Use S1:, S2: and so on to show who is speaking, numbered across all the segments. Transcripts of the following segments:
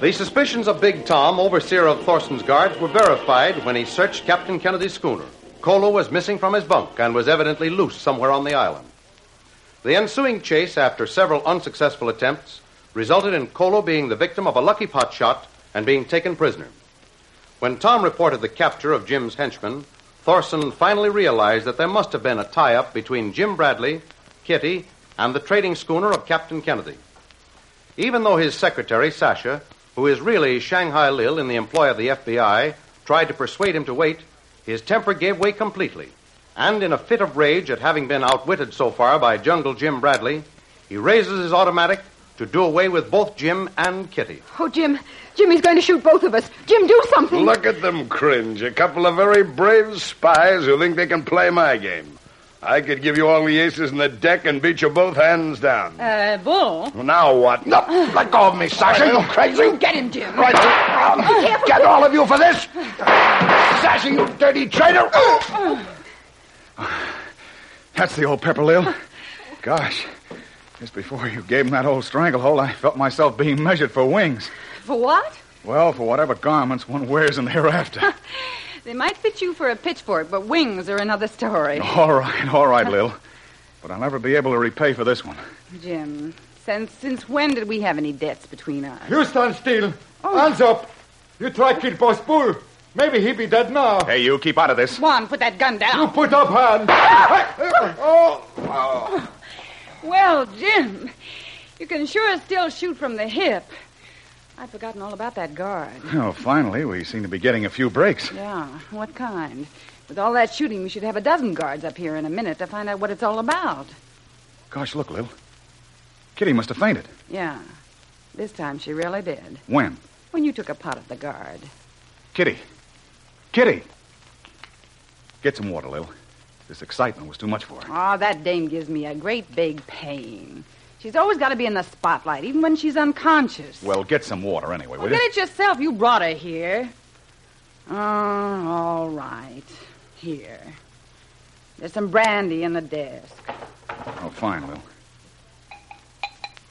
S1: The suspicions of Big Tom, overseer of Thorson's guards, were verified when he searched Captain Kennedy's schooner. Colo was missing from his bunk and was evidently loose somewhere on the island. The ensuing chase, after several unsuccessful attempts, resulted in Colo being the victim of a lucky pot shot and being taken prisoner. When Tom reported the capture of Jim's henchman, Thorson finally realized that there must have been a tie up between Jim Bradley, Kitty, and the trading schooner of Captain Kennedy. Even though his secretary, Sasha, who is really Shanghai Lil in the employ of the FBI, tried to persuade him to wait, his temper gave way completely. And in a fit of rage at having been outwitted so far by Jungle Jim Bradley, he raises his automatic to do away with both Jim and Kitty.
S2: Oh, Jim. Jim, he's going to shoot both of us. Jim, do something.
S3: Look at them cringe. A couple of very brave spies who think they can play my game. I could give you all the aces in the deck and beat you both hands down.
S4: Uh, Bull.
S3: now what? No, let go of me, Sasha. You crazy?
S2: Get him, Jim.
S3: Right. Get all of you for this. Sasha, you dirty traitor. That's the old Pepper Lil. Gosh, just before you gave him that old stranglehold, I felt myself being measured for wings.
S4: For what?
S3: Well, for whatever garments one wears in the hereafter.
S4: They might fit you for a pitchfork, but wings are another story.
S3: All right, all right, Lil. But I'll never be able to repay for this one.
S4: Jim, since since when did we have any debts between us?
S5: You stand still. Hands up. You try kill boss bull. Maybe he be dead now.
S3: Hey, you keep out of this.
S4: Juan, put that gun
S5: You
S4: down.
S5: put up hand. oh,
S4: Well, Jim, you can sure still shoot from the hip. I'd forgotten all about that guard.
S3: Oh, finally, we seem to be getting a few breaks.
S4: Yeah, what kind? With all that shooting, we should have a dozen guards up here in a minute to find out what it's all about.
S3: Gosh, look, Lil. Kitty must have fainted.
S4: Yeah, this time she really did.
S3: When?
S4: When you took a pot at the guard.
S3: Kitty. Kitty! Get some water, Lil. This excitement was too much for her.
S4: Oh, that dame gives me a great big pain. She's always got to be in the spotlight, even when she's unconscious.
S3: Well, get some water anyway, will
S4: Get
S3: you?
S4: it yourself. You brought her here. Oh, all right. Here. There's some brandy in the desk.
S3: Oh, fine, Lil.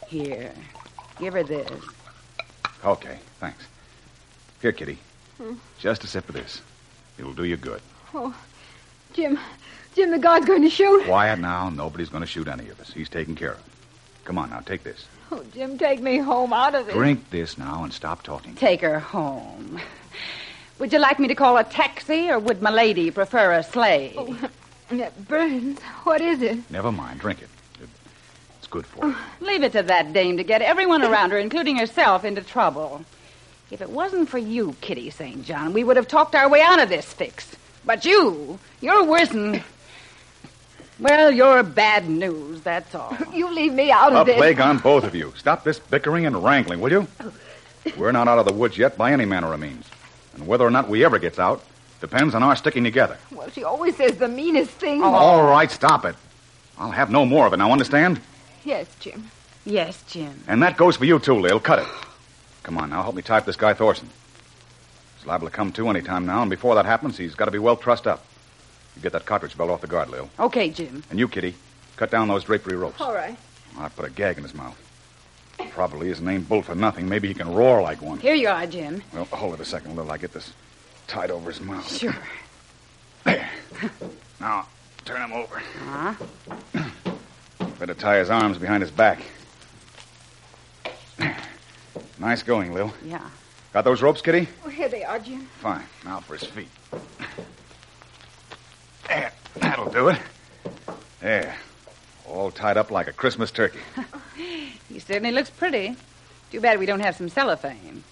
S4: Here. Give her this.
S3: Okay, thanks. Here, Kitty. Just a sip of this. It'll do you good.
S2: Jim. Jim, the guard's going to shoot.
S3: Quiet now. Nobody's going to shoot any of us. He's taken care of. Come on now, take this.
S2: Oh, Jim, take me home out of this.
S3: Drink this now and stop talking.
S4: Take her home. Would you like me to call a taxi, or would my lady prefer a sleigh?
S2: It burns. What is it?
S3: Never mind, drink it. It- It's good for you.
S4: Leave it to that dame to get everyone around her, including herself, into trouble. If it wasn't for you, Kitty St. John, we would have talked our way out of this fix. But you, you're worse than. Well, you're bad news, that's all.
S2: You leave me out
S3: A
S2: of this.
S3: plague on both of you. Stop this bickering and wrangling, will you? We're not out of the woods yet by any manner of means. And whether or not we ever gets out depends on our sticking together.
S2: Well, she always says the meanest thing.
S3: All right, stop it. I'll have no more of it now, understand?
S2: Yes, Jim.
S4: Yes, Jim.
S3: And that goes for you, too, Lil. Cut it. Come on now, help me type this guy Thorson. He's liable to come to any time now, and before that happens, he's got to be well trussed up. You get that cartridge belt off the guard, Lil.
S4: Okay, Jim.
S3: And you, Kitty, cut down those drapery ropes.
S2: All right.
S3: I put a gag in his mouth. Probably isn't named Bull for nothing. Maybe he can roar like one.
S4: Here you are, Jim.
S3: Well, hold it a second, Lil. I get this tied over his mouth.
S4: Sure.
S3: There. Now, turn him over. Uh-huh. Better tie his arms behind his back. Nice going, Lil.
S4: Yeah.
S3: Got those ropes, Kitty?
S2: Well, here they are, Jim.
S3: Fine. Now for his feet. There. That'll do it. There. All tied up like a Christmas turkey.
S4: He certainly looks pretty. Too bad we don't have some cellophane.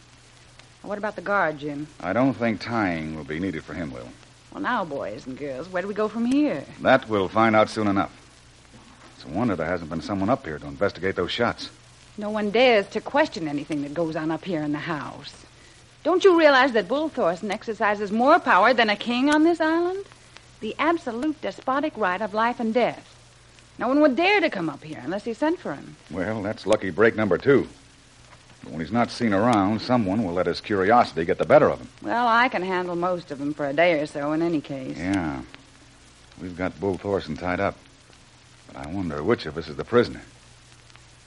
S4: What about the guard, Jim?
S3: I don't think tying will be needed for him, Will.
S4: Well, now, boys and girls, where do we go from here?
S3: That we'll find out soon enough. It's a wonder there hasn't been someone up here to investigate those shots.
S4: No one dares to question anything that goes on up here in the house. Don't you realize that Bull Thorson exercises more power than a king on this island? The absolute despotic right of life and death. No one would dare to come up here unless he sent for him.
S3: Well, that's lucky break number two. But when he's not seen around, someone will let his curiosity get the better of him.
S4: Well, I can handle most of them for a day or so in any case.
S3: Yeah. We've got Bull Thorson tied up. But I wonder which of us is the prisoner.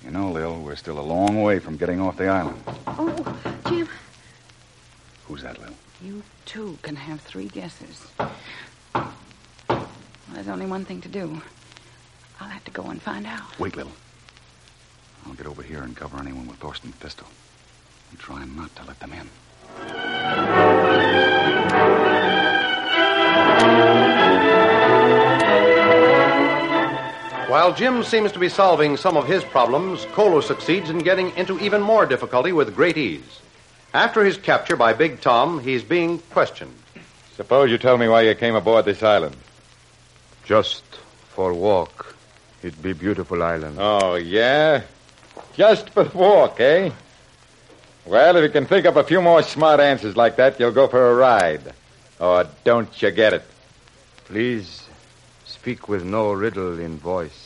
S3: You know, Lil, we're still a long way from getting off the island.
S2: Oh, Jim.
S3: Who's that, Lil?
S4: You too can have three guesses. Well, there's only one thing to do. I'll have to go and find out.
S3: Wait, Lil. I'll get over here and cover anyone with Thorsten's pistol. And try not to let them in.
S1: While Jim seems to be solving some of his problems, Kolo succeeds in getting into even more difficulty with great ease. After his capture by Big Tom, he's being questioned.
S5: Suppose you tell me why you came aboard this island.
S6: Just for walk. It be beautiful island.
S5: Oh, yeah? Just for the walk, eh? Well, if you can think up a few more smart answers like that, you'll go for a ride. Or don't you get it?
S6: Please speak with no riddle in voice.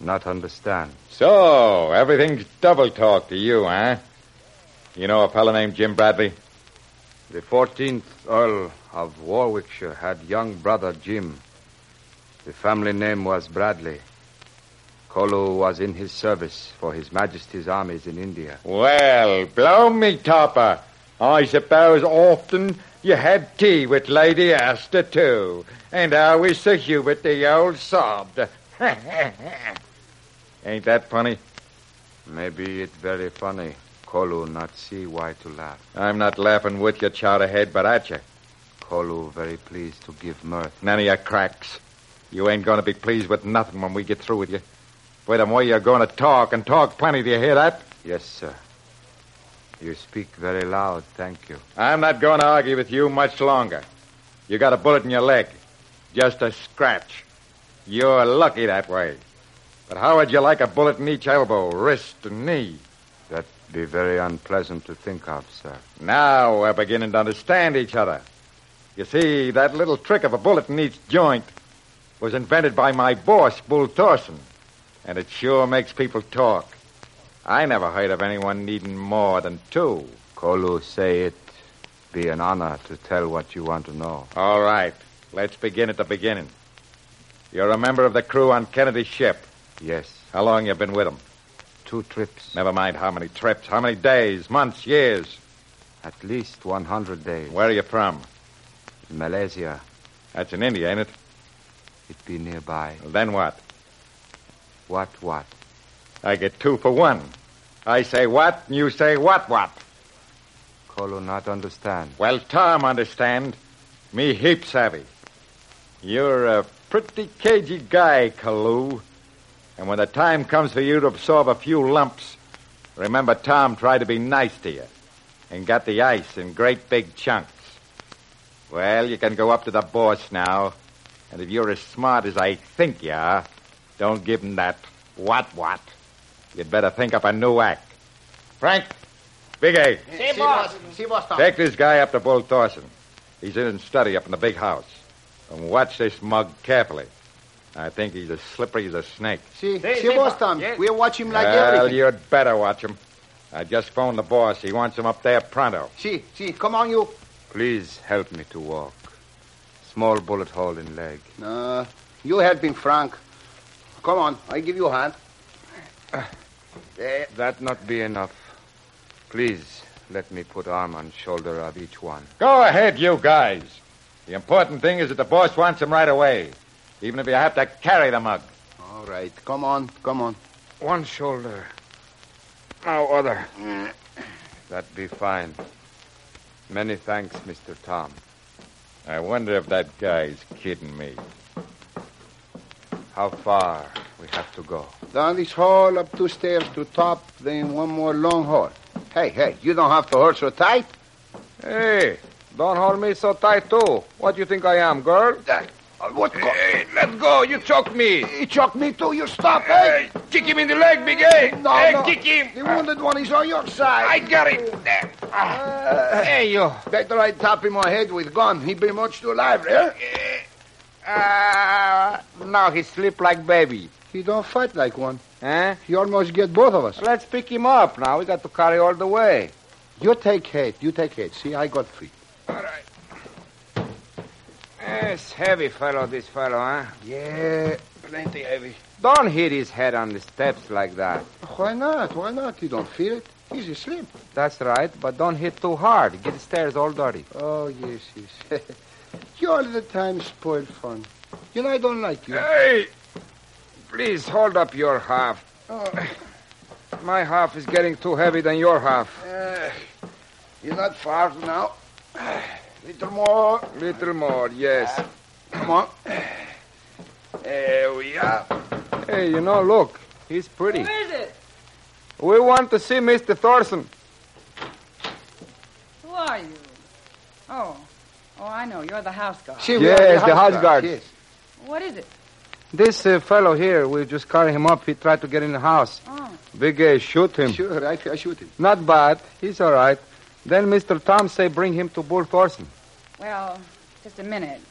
S6: Not understand.
S5: So, everything's double talk to you, huh? You know a fellow named Jim Bradley?
S6: The 14th Earl of Warwickshire had young brother Jim. The family name was Bradley. Kolo was in his service for His Majesty's armies in India.
S5: Well, blow me topper. I suppose often you had tea with Lady Astor, too. And always Sir Hubert the old sobbed. Ain't that funny?
S6: Maybe it very funny. Kolo not see why to laugh.
S5: I'm not laughing with you, Chowderhead, but at you.
S6: Kolo very pleased to give mirth.
S5: None of your cracks. You ain't going to be pleased with nothing when we get through with you. Wait a way you're going to talk, and talk plenty. Do you hear that?
S6: Yes, sir. You speak very loud, thank you.
S5: I'm not going to argue with you much longer. You got a bullet in your leg. Just a scratch. You're lucky that way. But how would you like a bullet in each elbow, wrist, and knee?
S6: That be very unpleasant to think of, sir.
S5: Now we're beginning to understand each other. You see, that little trick of a bullet in each joint was invented by my boss, Bull Thorson. And it sure makes people talk. I never heard of anyone needing more than two.
S6: Kolo say it be an honor to tell what you want to know.
S5: All right, let's begin at the beginning. You're a member of the crew on Kennedy's ship.
S6: Yes,
S5: How long you been with them?
S6: two trips,
S5: Never mind how many trips, how many days, months, years.
S6: at least 100 days.
S5: Where are you from?
S6: Malaysia,
S5: That's in India, ain't it?
S6: it be nearby.
S5: Then what?
S6: What, what?
S5: I get two for one. I say what, and you say what, what.
S6: Kolo not understand.
S5: Well, Tom understand. Me heap savvy. You're a pretty cagey guy, Kalu. And when the time comes for you to absorb a few lumps, remember Tom tried to be nice to you and got the ice in great big chunks. Well, you can go up to the boss now. And if you're as smart as I think you are, don't give him that what what. You'd better think up a new act. Frank, Big A. Take this guy up to Bull Thorson. He's in his study up in the big house. And watch this mug carefully. I think he's as slippery as a snake.
S7: See, see, boss Tom, we watch him like
S5: well,
S7: everything.
S5: you'd better watch him. I just phoned the boss. He wants him up there pronto.
S7: See, see, come on, you.
S6: Please help me to walk. Small bullet hole in leg.
S7: No, you helping Frank. Come on, I give you a hand.
S5: Uh,
S7: There.
S6: That not be enough. Please let me put arm on shoulder of each one.
S5: Go ahead, you guys. The important thing is that the boss wants him right away, even if you have to carry the mug.
S7: All right, come on, come on.
S6: One shoulder. Now other. That be fine. Many thanks, Mr. Tom.
S5: I wonder if that guy's kidding me.
S6: How far we have to go?
S7: Down this hall, up two stairs to top, then one more long hall. Hey, hey, you don't have to hold so tight.
S5: Hey, don't hold me so tight, too. What do you think I am, girl?
S7: uh, What?
S5: Hey, let go. You choked me.
S7: He choked me too. You stop, hey?
S5: kick him in the leg, Big A.
S7: No, no. The wounded one is on your side. Ah.
S5: got him. hey, you.
S7: Better I tap him on head with gun. He be much too alive, eh?
S5: Uh, now he sleep like baby.
S7: He don't fight like one.
S5: Huh?
S7: He almost get both of us.
S5: Let's pick him up now. We got to carry all the way.
S7: You take head. You take head. See, I got free.
S5: All right. Yes, heavy fellow, this fellow, huh?
S7: Yeah, plenty heavy.
S5: Don't hit his head on the steps like that.
S7: Why not? Why not? He don't feel it. He's asleep.
S5: That's right, but don't hit too hard. Get the stairs all dirty.
S7: Oh, yes, yes. you all the time spoil fun. You know, I don't like you.
S5: Hey! Please hold up your half.
S7: Oh.
S5: My half is getting too heavy than your half.
S7: Uh, you're not far now. Little more. Ah,
S5: Little more, yes.
S7: Come on. There we are.
S5: Hey, you know, look. He's pretty.
S4: Who is it?
S5: We want to see Mr. Thorson.
S4: Who are you? Oh. Oh, I know. You're the house guard.
S7: See, we
S5: Yes,
S7: are
S5: the house guard.
S7: Yes.
S4: What is it?
S5: This uh, fellow here, we just carry him up. He tried to get in the house.
S4: Oh.
S5: Big A, shoot him.
S7: Sure, I, I shoot him.
S5: Not bad. He's all right. Then Mr. Tom say bring him to Bull Thorson.
S4: Well, just a minute.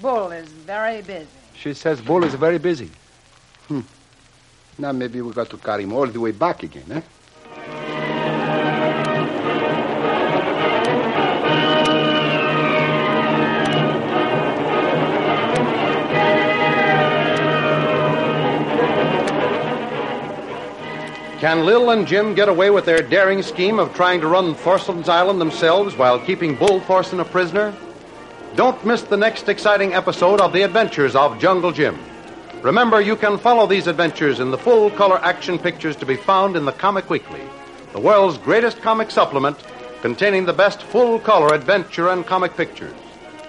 S4: Bull is very busy.
S5: She says Bull is very busy.
S7: Hmm. Now maybe we got to carry him all the way back again, eh?
S1: Can Lil and Jim get away with their daring scheme of trying to run Thorson's Island themselves while keeping Bull Thorson a prisoner? Don't miss the next exciting episode of The Adventures of Jungle Jim. Remember, you can follow these adventures in the full color action pictures to be found in the Comic Weekly, the world's greatest comic supplement containing the best full color adventure and comic pictures.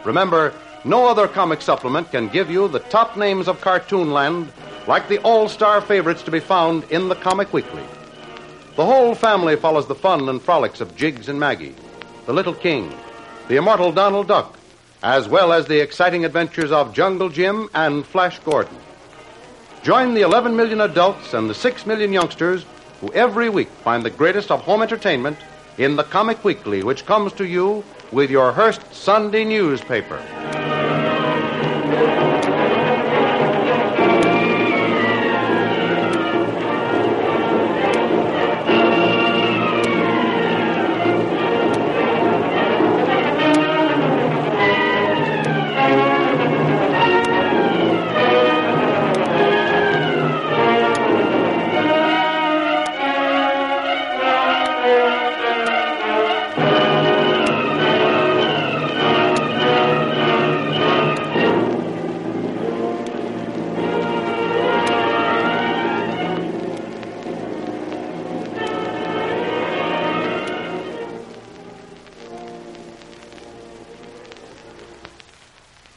S1: Remember, no other comic supplement can give you the top names of cartoonland like the all star favorites to be found in the Comic Weekly. The whole family follows the fun and frolics of Jiggs and Maggie, the Little King, the immortal Donald Duck, as well as the exciting adventures of Jungle Jim and Flash Gordon. Join the 11 million adults and the 6 million youngsters who every week find the greatest of home entertainment in the Comic Weekly, which comes to you with your Hearst Sunday newspaper.